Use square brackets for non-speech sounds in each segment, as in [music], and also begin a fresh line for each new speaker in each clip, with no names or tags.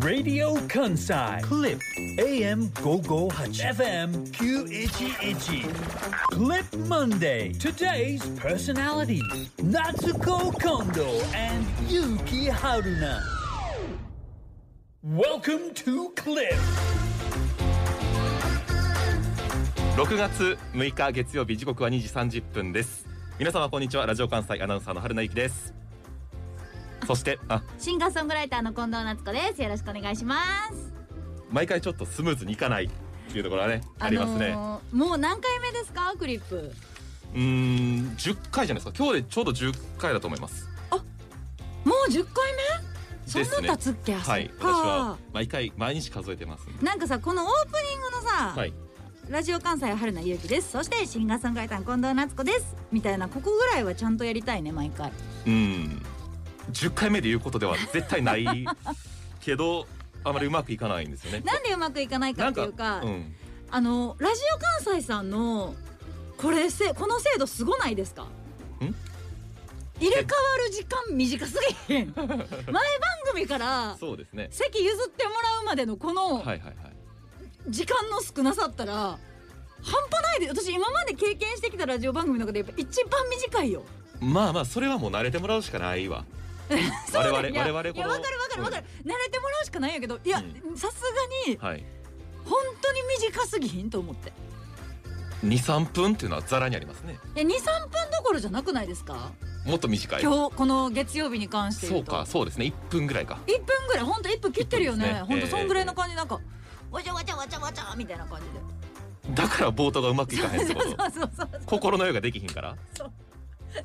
Radio Kansai. Clip AM 558. FM 911. E Clip Monday. Today's personalities Natsuko Kondo and Yuki Haruna. Welcome to Clip.
6月6日月曜日時刻は2時30分です皆様こんにちはラジオ関西アナウンサーの春名由紀ですそしてあ
シンガーソングライターの近藤夏子です。よろしくお願いします。
毎回ちょっとスムーズにいかないっていうところはねありますね、
のーもう何回目ですか、クリップ。
うーん10回じゃないですか今日でちょうど10回だと思います
もう10回目。そ
です
ん
ね
な経つっけ、あそっ
はい私
か
は毎回毎日数えてます
なんかさ、このオープニングのさ、
はい
ラジオ関西は春名ゆうきです。そしてシンガーソングライターの近藤夏子です。みたいな、ここぐらいはちゃんとやりたいね、毎回。
うん10回目で言うことでは絶対ないけどあまりうまくいかないんですよね
なんでうまくい [laughs] かないかっていうか、
うん
あのラジオ関西さんの。これせ、この制度すごないですか。入れ替わる時間短す
[laughs]
ぎへん。前番組から。
そうですね
席譲ってもらうまでのこの
はいはいはい
時間の少なさったら、半端ないで私今まで経験してきたラジオ番組の中でやっぱ一番短いよ。
まあまあそれはもう慣れてもらうしかないわ
[laughs] そ
我
うだ
々
よいや
我々
いや
この
わかるわかるわかる、慣れてもらうしかないんやけどいや
う
さすがに
はい
本当に短すぎひんと思って
23分っていうのはざらにありますね
いや23分どころじゃなくないですか、
もっと短い
今日この月曜日に関して
そ
言
う
うと
かそうですね1分ぐらいか
1分ぐらい本当一1分切ってるよね
一分ですね
本当
ええ
そんぐらいの感じなんか、わちゃわちゃわちゃわちゃみたいな感じで
だから冒頭がうまくいかへんってこ
[laughs] そう
と
そうそう
心の余裕ができひんから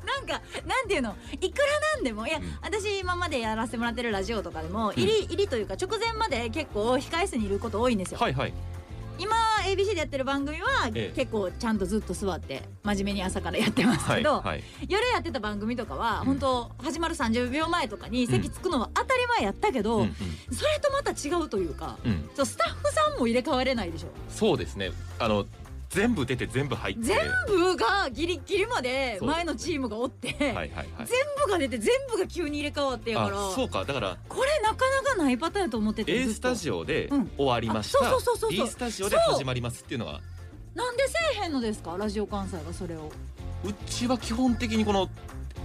なんかなんていうのいくらなんでもいや、
うん
私今までやらせてもらってるラジオとかでも入り入りというか直前まで結構控え室にいること多いんですよ、
はいはい
今 ABC でやってる番組は
ええ
結構ちゃんとずっと座って真面目に朝からやってます
は
け
い
ど、
はい
夜やってた番組とかは
うん
本当始まる30秒前とかに席つくのは当たり前やったけど、
うんうん
それとまた違うというか
うん
そうスタッフさんも入れ替われないでしょ
そうですねあの全部出て全部入って
全部がギリギリまで
そうですね
前のチームがおって、
はいはいはい
全部が出て全部が急に入れ替わってやから。
あそうかだから
これなかなかないパターンやと思ってて
A
ずっ
スタ
と
ジオで
うん
終わりました、
あそうそうそうそうそう
B スタジオで始まりますっていうのは
なんでせえへんのですかラジオ関西がそれを
うちは基本的にこの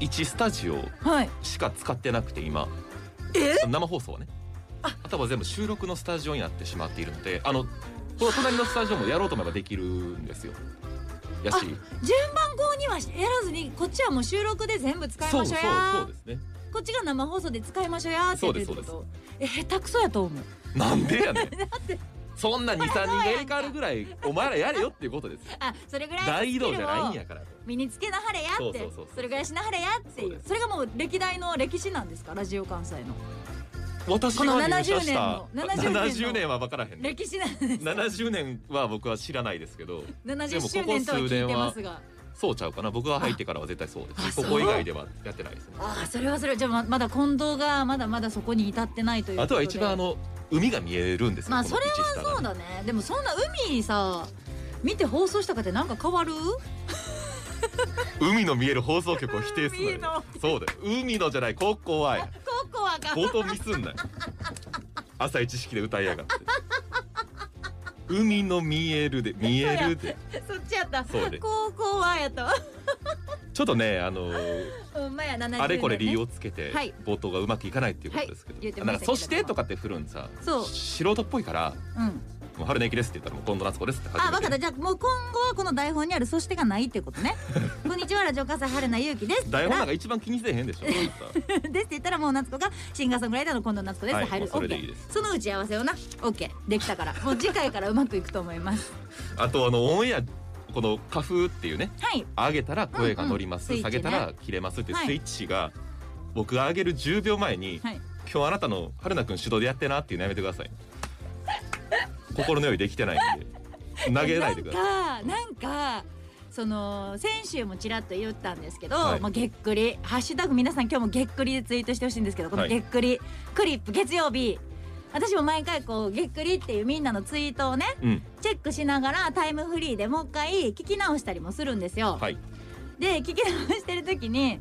1スタジオ
はい
しか使ってなくて今
え
その生放送はねあとは全部収録のスタジオになってしまっているのであのこの隣のスタジオもやろうと思えばできるんですよやし
あ順番号にはやらずにこっちはもう収録で全部使い
そう
ま
そ
しょ
う
う
そう
や
ですね
こっちが生放送で使いましょうやって言ってるってこ
そ
とえ下手くそやと思う
なんで
[laughs]
やねんそんな23人がやりかわるぐらいお前らやれよっていうことですよ
あそれぐらいの
大移
スキルを
動じゃないんやから
身につけなはれやって
そ
そう
そうそうそう
れぐらいしなはれやって
そう
い
で
う
す
それがもう歴代の歴史なんですかラジオ関西の
私が
この
入社した
70年の70年の
70年は分からへんね
歴史なんです
70年は僕は知らないですけど
70周年とは聞いてますが
そうちゃうかな僕が入ってからは絶対そうで
あ
すこ
そう
こ以外ではやってないですね
ああそれはそれはじゃあままだ近藤がまだまだそこに至ってないというこ
あ
と
と
で
は一番あの海が見えるんですよ
まあ
この
それは
一下がね
そうだねでもそんな海さ見て放送したかってなんか変わる
海の見える放送局を否定する
海の
そうだよ海のじゃないここはや
ここはか
冒頭ミスんなよ朝一式で歌いやがって海の見えるで見えるで
そっちやった
そうで
高校はやったわ
ちょっとねあのー
ほんまや70年、ね、
あれこれ理由
を
をつけて
はい
冒頭がうまくいかないっていうことですけど、
はい言って
な
ま
ん
した
か
けど
そしてとかって振るんさ
そう
素人っぽいから
うん
もう春の駅ですって言ったらもう近藤夏子ですって
あ
初
分か
め
った
て
じゃあもう今後はこの台本にある「そして」がないって
[laughs]
ことねこんにちはラジオ関西春名ゆうきです
台本なん
か
か一番気にせえへんでしょ
[laughs] ですって言ったらもう夏子がシンガーソングライターの近藤夏子です、
はい
入る
もうそれでいいです
OK その打ち合わせをな OK できたからもう次回からうまくいくと思います
[laughs]
[laughs]
あとあのオンエアこの「花粉」っていうね
はい
上げたら声が乗ります、
うんうん
下げた
スイッ
ら切れますって
はい
スイッチが僕が上げる10秒前に、
はい
今日あなたの春菜くん手動でやってなっていうのやめてくださ
[laughs]
い心のようにできてないんで投げないでください
なんかなんかその先週もちらっと言ったんですけど、
はい
まあ、げっくり「ハッシュタグ皆さん今日もげっくり」でツイートしてほしいんですけどこの
はい
げっくり、クリップ月曜日私も毎回こう「げっくり」っていうみんなのツイートをね
うん
チェックしながらタイムフリーでもう一回聞き直したりもするんですよ。
はい
で聞き直してる時に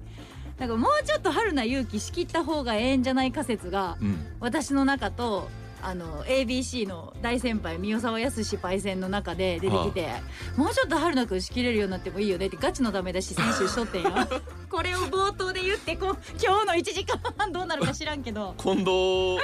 なんかもうちょっと春菜勇気仕切った方がええんじゃない仮説が
うん
私の中とあの ABC の大先輩三代沢康パイセンの中で出てきて「もうちょっと春菜くん仕切れるようになってもいいよね」ってガチのダメだし先週しとって
[laughs]
んよこれを冒頭で言ってこう今日の1時間半どうなるか知らんけど
近藤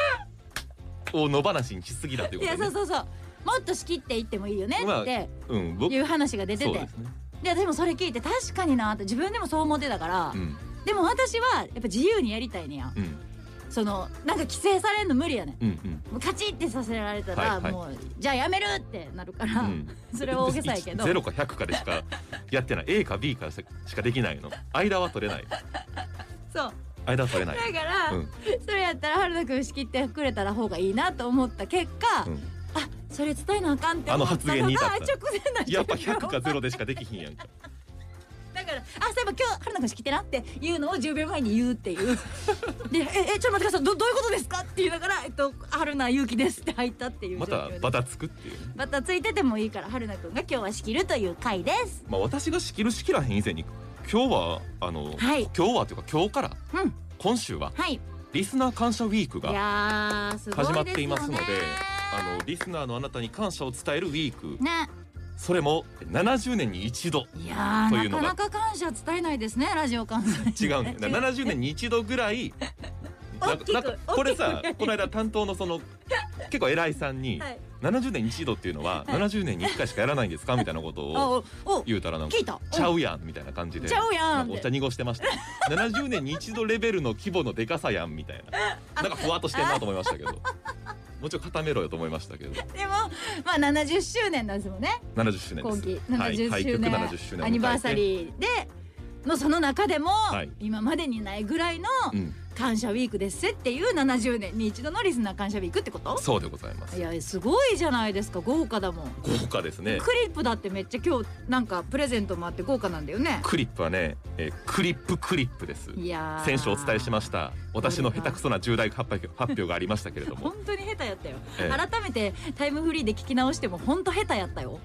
を野放しにしすぎだという
い
こ
や
とで
そう
ね
そうそうもっと仕切っていってもいいよね
まあ
って
うん僕
いう話が出て
そう
て
ですね
で私もそれ聞いて確かになって自分でもそう思ってたから
うん
でも私はやっぱ自由にやりたいねや
うん
そのなんか規制されるの無理やねん
うんうん
もうカチってさせられたら、
はいはい
もうじゃあやめるってなるから、
うん
[laughs] それは大げさやけど
ゼロか100かでしかやってない A か B かしかできないの間は取れない
そう
間は取れない
だから、
うん
それやったら春菜くん仕切ってくれたら方がいいなと思った結果、
うん
あそれ伝えなあかんって思った
あの発
の
言
が
に
直
至った
前だ
やっぱ100か0でしかできひんやんか
だからあそういえば今日春菜くん仕切ってなっていうのを10秒前に言うっていうでええちょっと待ってくださいどどういうことですかって言いながら、えっと、春菜勇気ですって入ったっていう
ま
状況
た
です
バタつくっていうね
バタついててもいいから春菜くんが今日は仕切るという回です
まあ私が仕切る仕切らへん以前に今日はあの、
はい
今日はというか今日から
うん
今週は
はい
リスナー感謝ウィーク
い
が
やーすごいですよね
始まっていますのであのリスナーのあなたに感謝を伝えるウィーク
ね
それも70年に一度
いや
とい
ー
うの
なか
が
なか感謝伝えないですねラジオ関
[laughs]
西
違うねだから70年に一度ぐらいなんかなんか
[laughs] 大きく
これさ
大きく
この間担当のその結構偉いさんに
はい
「70年に一度っていうのは70年に1回しかやらないんですか?」みたいなこと
あ
を
おお
言うたらなんか
聞いた
「ちゃうやん」みたいな感じで
ちゃうや
なん
ん
かお
っ
茶
て
濁してました70年に一度レベルの規模のでかさやんみたいななんかふわっとしてんなと思いましたけどもうちょい固めろよと思いましたけど
でもまあ70周年なんですもんね
70周年
今
で
期
すはい
70
開
周
局
年,、
70周年を迎えて
アニバーサリーでのその中でも、
い
今までにないぐらいの
うん
感謝ウィークですせっていう70年に一度のリスナー感謝ウィークってこと
そうでございます
いやすごいじゃないですか豪華だもん、
豪華ですね
クリップだってめっちゃ今日なんかプレゼントもあって豪華なんだよね
クリップはね、えークリップクリップです
いやー
先週お伝えしました私の下手くそな重大発表発表がありましたけれども
本当に下手やったよ、
ええ
改めてタイムフリーで聞き直しても本当下手やったよ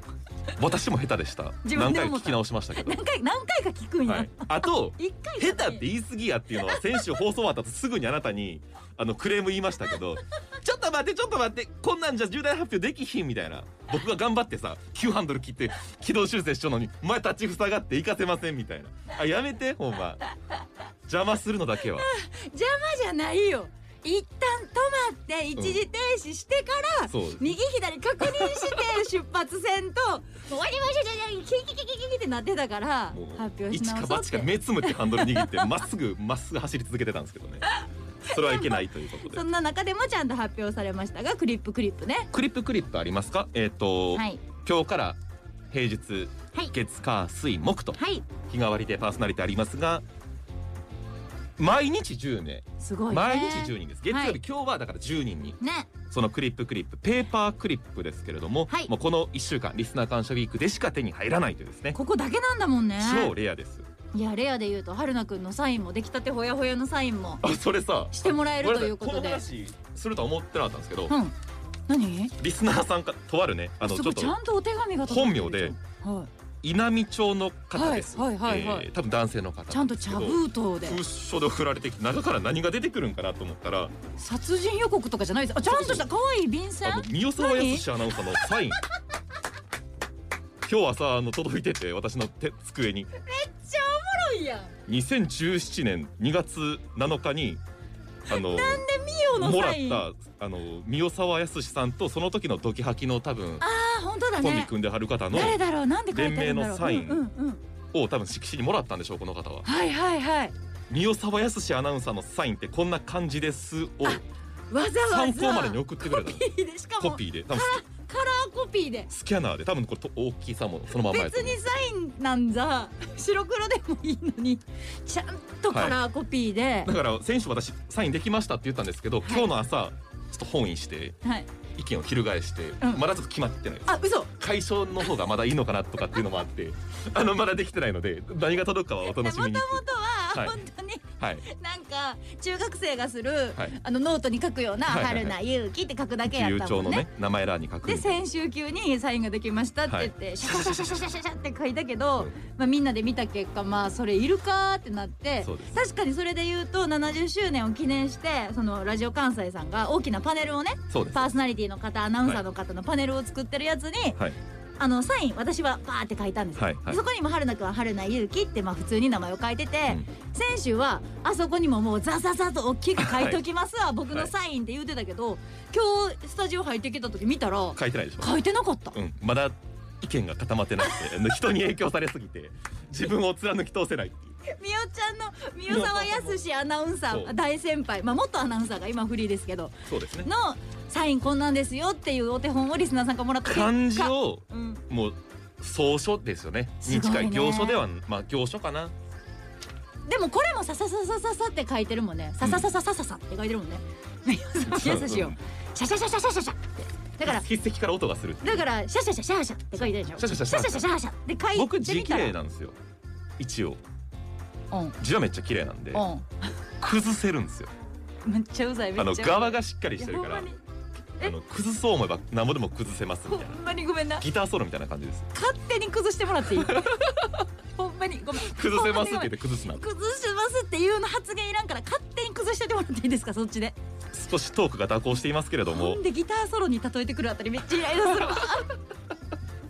私も下手でした
自分
何
で
回
思
か
っ
聞
た
き直しましたけど
[laughs] 何回何回か聞くんや、
はい、あと
一回じゃ
下
な
手
い
って言い過ぎやっていうのは先週放送終わったとすぐにあなた
[laughs]
にあのクレーム言いましたけどちょっと待ってちょっと待ってこんなんじゃ重大発表できひんみたいな僕が頑張ってさ急ハンドル切って軌道修正したのにお前立ち塞がって行かせませんみたいなあやめてほんま邪魔するのだけは
邪魔じゃないよ一旦止まって一時停止してから、
そう
右左確認して出発線と「もう終わりましたじゃじゃキキキキキキ」ってなってたから
もう
発表し
一か
直そうっ
八か
て
目つむってハンドル握ってまっすぐまっすぐ走り続けてたんですけどねそれはいけないということで
そんな中でもちゃんと発表されましたがクリップクリップね
クリップクリップありますかえっ、と、
はい
今日から平日
はい
月火水木と
はい
日替わりでパーソナリティありますが毎日10名
すごいね
毎日10人です月曜日、
はい
今日はだから10人に
ね
そのクリップクリップペーパークリップですけれども、
はい
もうこの1週間リスナー感謝ウィークでしか手に入らないというですね
ここだけなんだもんね
超レアです
いやレアで言うと春菜くんのサインも出来たてほやほやのサインも
あそれさ
してもらえる
ごめ
と
んなさ
いうこと
この
で
話するとは思ってなかったんですけど、
うん何
リスナーさんからとあるねあのちょ
すご
っ
い
と
ちゃんとお手紙が届いてる
本名で
じゃんはい
稲美町の方です、
はいはいはいはい
えー多分男性の方なんです
ちゃんと
けど
茶封筒で
封書で送られてきて中から何が出てくるんかなと思ったら
殺人予告とかじゃないですあちゃんとした可愛い便箋
あの三代沢康アナウンサーのサイン今日朝あの届いてて私の手机に
いや
2017年2月7日にあの
ミオの
もら
サ
っ
インあ
たあの三代沢康さんとその時のドキハキの多分
本当だ
コンビ
ね
組んではる方の
誰だろうなんで書いてあるんだろ
連名の
う
サイン
うんうんうん
を多分色紙にもらったんでしょうこの方は
はいはいはい
三代沢康アナウンサーのサインってこんな感じですを
わざわざ
参考までに送ってくれた
コピーでしかも
コピーで多分
カラーコピーで
スキャナーで多分これと大きさもそのまんまや
別
と思う
にサインなんざ白黒でもいいのにちゃんとカラーコピーで
だから選手私サインできましたって言ったんですけど、
い
今日の朝ちょっと本意して
はい
意見を翻して、
うん
まだちょっと決まってないです
あ嘘
解消の方がまだいいのかなとかっていうのもあって
[laughs]
あのまだできてないので何が届くかはお楽
も
し
とも
み
と
に
は
はい
本当に
はい
なんか中学生がする、
はい
あのノートに書くような「
はいはいはい
春菜勇気」って書くだけや
友
った
情
もん
の
ね。
ね名前欄に書く
で
みたいな
先週急にサインができましたって言って、シャシャシャシャシャシャシャって書いたけど、
うん
まあ、みんなで見た結果まあそれいるかってなって
そうです
確かにそれで言うと70周年を記念してそのラジオ関西さんが大きなパネルをね
そうです
パーソナリティの方アナウンサーの方のパネルを作ってるやつに、
はい
あのサイン私はバーって書いたんですよ、
はいはい
でそこにも春菜くんは春菜ゆうきってまあ普通に名前を書いてて、
うん
先週はあそこにももうザザザと大きく書いときますわ、僕のサインって言うてたけど、今日スタジオ入ってきた時見たら
書いてないでしょ
書いてなかった、
うん、まだ意見が固まってなくてあ
[laughs]
の人に影響されすぎて自分を貫き通せないっていう
みおちゃんのみお沢やすしアナウンサ
そ
ー
う
大先輩まあ元アナウンサーが今フリーですけど
そうですね
のサインこんなんですよっていうお手本をリスナーさんからもらった結果
漢字、を
うん、
もう草書ですよねに
すご
近
いね
い行書ではまあ行書かな
でもこれもささささささって書いてるもんね。さささささささって書いてるもんね。 [laughs] 優しいよ。シャシャシャシャシャシャシャって。だから
筆跡から音がする
だからシャシャシャシャシャって書いてるでしょ。
シャシャシャシャシャ
シャシャシャって書いてみたら。
僕字綺麗なんですよ一応
うん
字はめっちゃ綺麗なんで
う
崩せるんですよ
ん。めっちゃうざいめ
あ
っ
の
ちゃ。
側
が
がしっかりしてるから
ほんまにえ
あの崩そう思えば何ぼでも崩せますみたいな
ほんまにごめんな。
ギターソロみたいな感じです
勝手に崩してもらっていい。ほんまにごめん。
崩せますって言っ
ほんにごめん
て崩すな
崩してますっていうの発言いらんから勝手に崩しててもらっていいですかそっちで。
少しトークが蛇行していますけれど
ほ
も
んでギターソロに例えてくるあたりめっちゃイライラするわ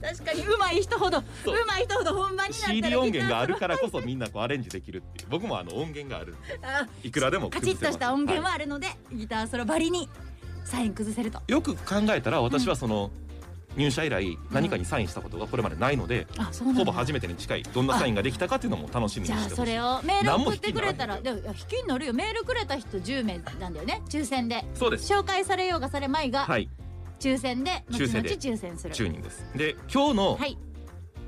確かに上手い人ほど
そう
上手い人ほど本番になったら
CD 音源があ
る
るからこそみんなこうアレンジできるっていう僕もあの音源があるんでいくらでも
カ
崩
チ
せ
ッ
ます
とした音源はあるので、ギターソロばりにサイン崩せると
いよく考えたら私はその入社以来何かにサインしたことがこれまでないので、
あそうなんだ
ほぼ初めてに近いどんなサインができたかっていうのも楽しみに
じゃ
し
あ
て
そ
ほしい
れをメール
何も
送っ
引き
て
になら
くれ
んけ
た
ど
らでもいや引きになるよメールくれた人10名なんだよね抽選で
そうです
紹介されようがされまいが、
はい
抽選で後
抽
々
選で
抽選する
10人ですで今日の
はい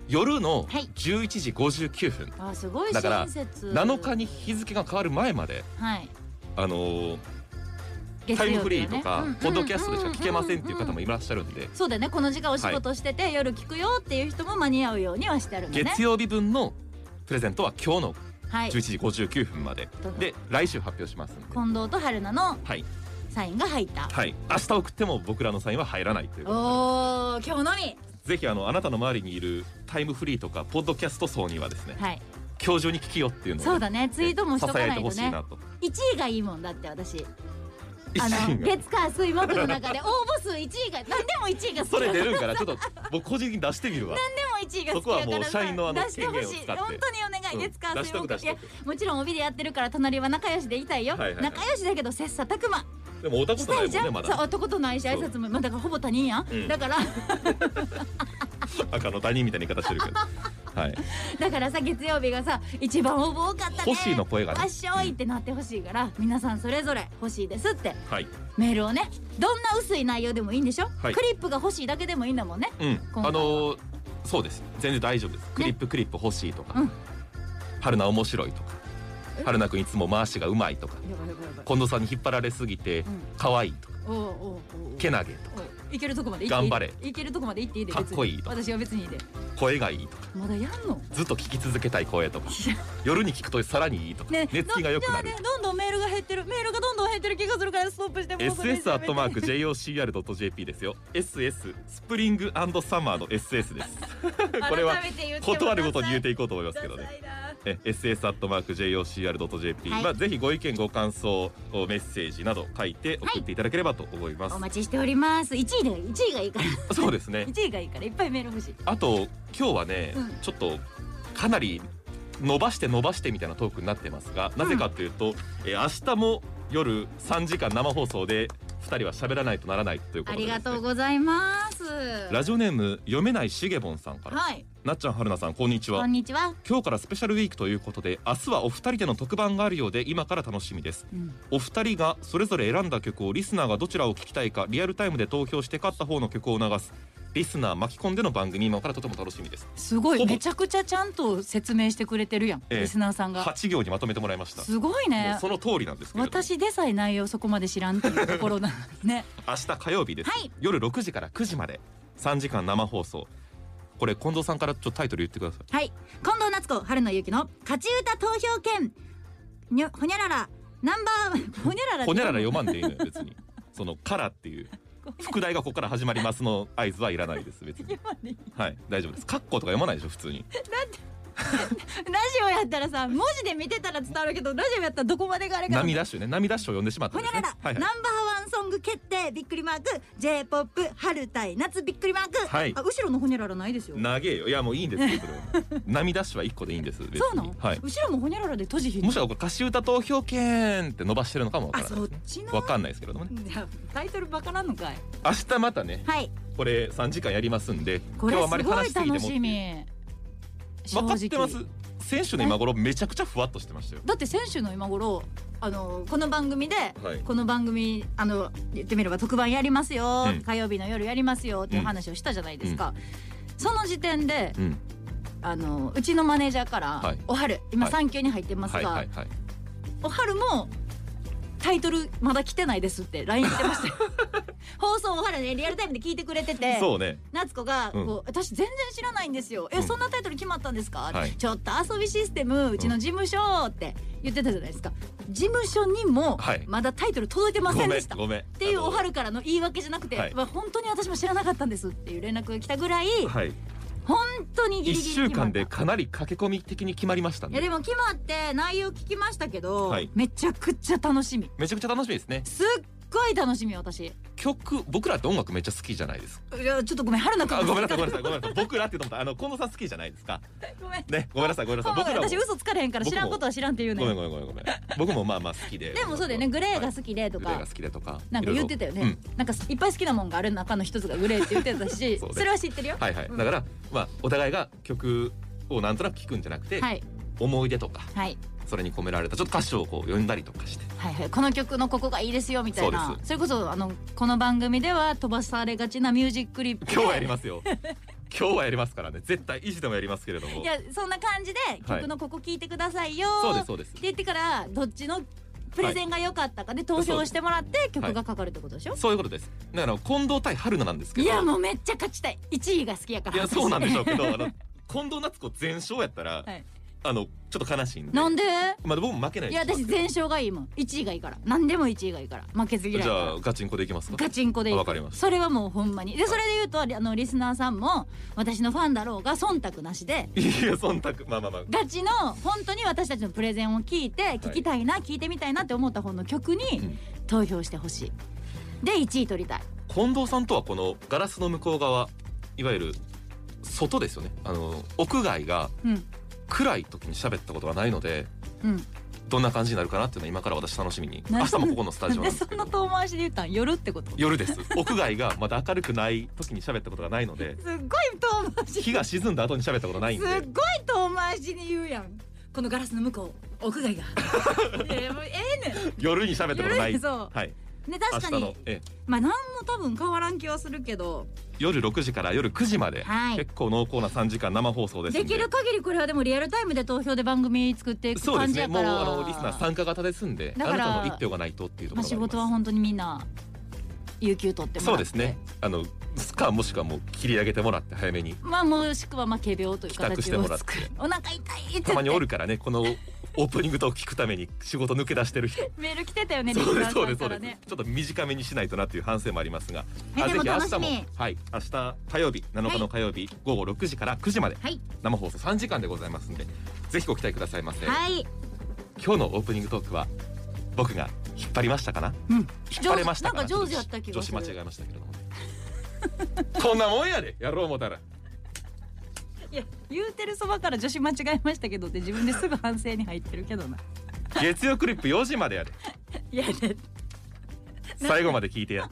夜の
はい
11時59分、
あすごい
だから
親切
7日に日付が変わる前まで
はい
あのー
月
タイム
曜
フ
日
リ
はね
ーとか
うん
ポッドキャストでしか聞けませんっていう方もいらっしゃるんで
そうだよねこの時間お仕事してて、夜聞くよっていう人も間に合うようにはしてあるんだね
月曜日分のプレゼントは今日の
はい
11時59分まで
どうぞ
で来週発表しますんで
近藤と春菜の
はい
サインが入った、
はい明日送っても僕らのサインは入らないということで
おー今日のみ
ぜひあのあなたの周りにいるタイムフリーとかポッドキャスト層にはですね
はい
今日中に聞きよっていうのをね
そうだねツイートもしとかない
囁いてほ
と
しい
ね
なと
1位がいいもんだって私あ
一
の
員が
月火水木の中で応募数1位が何でも1位が好き
それ出
何で
るんからちょっと僕個人的に出してみるわ
も1位が好
そ
きだ
こは
か
も
ら
う
さ
社員のあの
出してほしい
権限を使
本
って
当にお願い、
うん
月火
出
水
しとく
木
出しと
い
く
やもちろん帯でやってるから隣は仲良しでいたいよ、
はいはいはい
仲良しだけど切磋琢磨
でもおったこ
し
とな
た
い
いじ
もんね
ゃん、
ま
そう
だ
男との挨拶挨拶もまあだからほぼ他人やん、
うん
だから [laughs]
赤の他人みたいな言い方してるけどはい
だからさ月曜日がさ一番応募多かったね
欲しいの声がね
わっしょいってなってほしいから皆さんそれぞれ欲しいですって
はい
メールをねどんな薄い内容でもいいんでしょ、
はい
クリップが欲しいだけでもいいんだもんね
うん
今回は
あのーそうです全然大丈夫ですクリップクリップ欲しいと
う
か
ん
春菜面白いとか
え
春菜くんいつも回しがうまいとか
やばいやばいやばい
近藤さんに引っ張られすぎて
うん
可愛いとか
おうおうおうおう
けなげとか
おいいけるとこまで行っていい
頑張れ
いけるとこまで行っていいで
かっこいい
別に私は別にいいで
声がいいとか
まだやんの
ずっと聞き続けたい声とか
いや
夜に聞くとさらにいいとか
ね
寝つきが良くなる
どんどんねどんどんメールが減ってるメールがどんどん減ってる気がするからストップしてもうそれ
SS アットマー
や
ク JOCR.jp ですよ SS スプリングサマーの SS
[laughs]
です
めて
これは
改めて言っても
断るごとに言うていこうと思いま
ダ
すけ
サい
どね
ダサいな
え ss.jocr.jp、
はい
まあぜひご意見ご感想おメッセージなど書いて送っていただければと思います、
お待ちしております1位で1位がいいから
[laughs] そうですね
1位がいいからいっぱいメール欲しい
あと今日はね、
うん
ちょっとかなり伸ばして伸ばしてみたいなトークになってますがなぜかというと、えー明日も夜3時間生放送で2人は喋らないとならないというこ
あ
とで
り
です、ね、
がとうございます
ラジオネーム読めないしげぼんさんから、
はい
なっちゃんはるなさんこんにち
こ
は
んにちは、
今日からスペシャルウィークということで明日はお二人での特番があるようで今から楽しみです
うん
お二人がそれぞれ選んだ曲をリスナーがどちらを聴きたいかリアルタイムで投票して勝った方の曲を流すリスナー巻き込んでの番組今からとても楽しみです
すご
ほ
い
ぼ
めちゃくちゃちゃんと説明してくれてるやん、
ええ
リスナーさんが
8行にまとめてもらいました
すごい
も
ね
うその通りなんですけれども
私でさえ内容そこまで知らんっていうところな
[laughs]
ね
明日火曜日です、
はい
夜6時から9時まで3時間生放送これ近藤さんからちょっとタイトル言ってください
はい近藤夏子春野ゆきの勝ち歌投票券にょほにゃららナンバーほにゃらら
ほにゃらら読まんでいいのよ別
[laughs]
にその「から」っていう副題がここから始まりますの合図はいらないです別に
読まんでいい
はい大丈夫ですカッコとか読まないでしょ普通に
ラジオやったらさ文字で見てたら伝わるけどラジオやったらどこまでがあれかな
涙ダッシュね涙ダッシュを読んでしまった
ほ
んで
にゃ
す
ら
ねは
ら、
いはい
ナンバーワンソング決定びっくりマーク j p o p 春対夏びっくりマーク、
はい
あ後ろのほにゃららないですよ
長えよいやもういいんですよそれは
[laughs]
涙ダッシュは1個でいいんです別に
そうなの、
はい
後ろもほにゃららで閉じひん
もしかしたらこれ歌詞歌投票権って伸ばしてるのかもわ
あ
からない
そ
で
っ
すね
ちの
わかんないですけれどもね
いやタイトルバカなんのかい
明日またね
はい
これ3時間やりますんで
これ
今日あ
す
まり
ご
話
い
しすぎて
楽
も
しみ
分かっ
正
て
直
ます選手の今頃めちゃくちゃふわっとしてましたよ
だって選手の今頃あのこの番組で、
い
この番組あの言ってみれば特番やりますよ、
うん
火曜日の夜やりますよっていう話をしたじゃないですか、その時点で
うん
あのうちのマネージャーから「
はい
おはる今
はい
産休に入ってますが、
はいはいはい
おはるもタイトルまだ来てないです」って LINE して
[laughs]
ましたよ放送おはるねリアルタイムで聞いてくれてて
そうね
夏子がこう、
うん
私全然知らないんですよ。え、
うん
そんなタイトル決まったんですか、
はい
ちょっと遊びシステムうちの事務所って言ってたじゃないですか。事務所にも
はい
まだタイトル届いてませ
ご
ん
め
で
ん
した。
ごめんっ
っていうおはるからの言い訳じゃなくて、
はい
まあ本当に私も知らなかったんですっていう連絡が来たぐらい
はい
本当にギリ
一
ギリ決
週
ま
間
った
でかなり駆け込み的に決まりました
いや
ね
でも決まって内容聞きましたけど、
はい
めちゃくちゃ楽しみ
めちゃくちゃ楽しみですね
すっごい楽しみ私い
曲僕らって音楽めっちゃ好きじゃないですか
やちょっとごめん春菜君
あごめんなさい
ご
ご
め
めんなさいごめんなさい僕らって言ったあの近藤さん好きじゃないですか
んごめん
ねごめんなさいごめんなさい僕らも
私嘘つかれへんから知らんことは知らんって言うの
ごめん
よ
ごめんごめんごめん僕もまあまあ好きで
[laughs] でもそうだよねグレーが
はい
好きでと
グ
か、
レーが好きでとか
なんか
いろ
言
いろ
ってたよね、
うん
なんかいっぱい好きなもんがある中の一つがグレーって言ってたし
そ
そう
ね
れは知ってるよ
はいはい
うん
だからまあお互いが曲をなんとなく聞くんじゃなくて
はい
思い出とか
はい
それに込められたちょっと歌詞をこう読んだりとかして
はいはいこの曲のここがいいですよみたい
そう
な
で
それこそあのこの番組では飛ばされがちなミュージッククリップで
今日はやりますよ今日はやりますからね絶対意地でもやりますけれども
いやそんな感じで曲のここ聞いてくださいよ
そうです
ーって
そうです
言ってからどっちのプレゼンが良かったかで投票してもらって曲がかかるってことでしょ、
そういうことですだから近藤対春菜なんですけ
い、
ど
やもうめっちゃ勝ちたい1位が好きやから
いやそうなんでしょうけど
は
あの
[laughs]
近藤夏子全勝やったら、
い
あのちょっと悲しいんで
なんで
まあ僕も負けない
いや私全勝がいいもん1位がいいから何でも1位がいいから負けず嫌い
じ
だから
ゃあガチンコでいきますか
ガチンコでいい
わかります
それはもうほんまにでそれで言うとあのリスナーさんも私のファンだろうが忖度なしで
いや忖度まあまあまあ
ガチの本当に私たちのプレゼンを聞いて聞きたいな、聞いてみたいなって思った方の曲
う
に
ん
投票してほしいで1位取りたい
近藤さんとはこのガラスの向こう側いわゆる外ですよねあの屋外が
うん
暗い時に喋ったことがないので
うん
どんな感じになるかなっていうのは今から私楽しみに
な
明日もここのスタジオ
で
なんです
そ
け
んな
ど
遠回しで言ったん夜ってことすっ
夜です [laughs] 屋外がまだ明るくない時に喋ったことがないの
[laughs]
で
ごい遠回し
日が沈んだ後に喋ったことないん
すっ
で
ごい遠回しに言うやんこのガラスの向こう
[laughs]
屋外がいやいやもうええね
夜に喋ったこと
ん
な
夜
い
そ
はい、
うね確か
明日の
に、
ええ、
まあ何も多分変わらん気はするけど
夜6時から夜9時まで、
はい
結構濃厚な3時間生放送ですん
できる限りこれはでもリアルタイムで投票で番組作っていく
そうで
感
す
じ
ね
や
もう
から
あのリスナー参加型ですんであ
だか
な
ら
たの一票がないとっていうとこ
ま
ろがあ
あ、仕
ります
事は本当にみんな有給取っても
そ
ら
う
って
ですねあのスカもしくはもう切り上げてもらって早
[laughs]
めに
まあもしくはまあ仮病という
帰宅し
形
て
を
もらって
作るお腹痛いって言って
たまにおるからねこのオープニングと聞くために仕事抜け出してる人
メール来てたよねリス
そうで
ナ
す
ー
そうで
さん
すそう
か
で
ら
す
ね
ちょっと短めにしないとなっていう反省もありますが
え
あ
で
ぜ
も
ひ明日
楽し
も
み
はい明日火曜日7日の火曜日、午後6時から9時まで
はい
生放送3時間でございますんでぜひご期待くださいませ、
はい
今日のオープニングトークは僕が引っ張りましたかな
うん
引っ張れましたかな
上手なんか上手やった気がする
女子間違えましたけれどもね [laughs] こんなもんやでやろう思たら
いや言うてるそばから女子間違えましたけどって自分ですぐ反省に入ってるけどな [laughs]
月曜クリップ4時までやで
いやね
最後まで聞いてや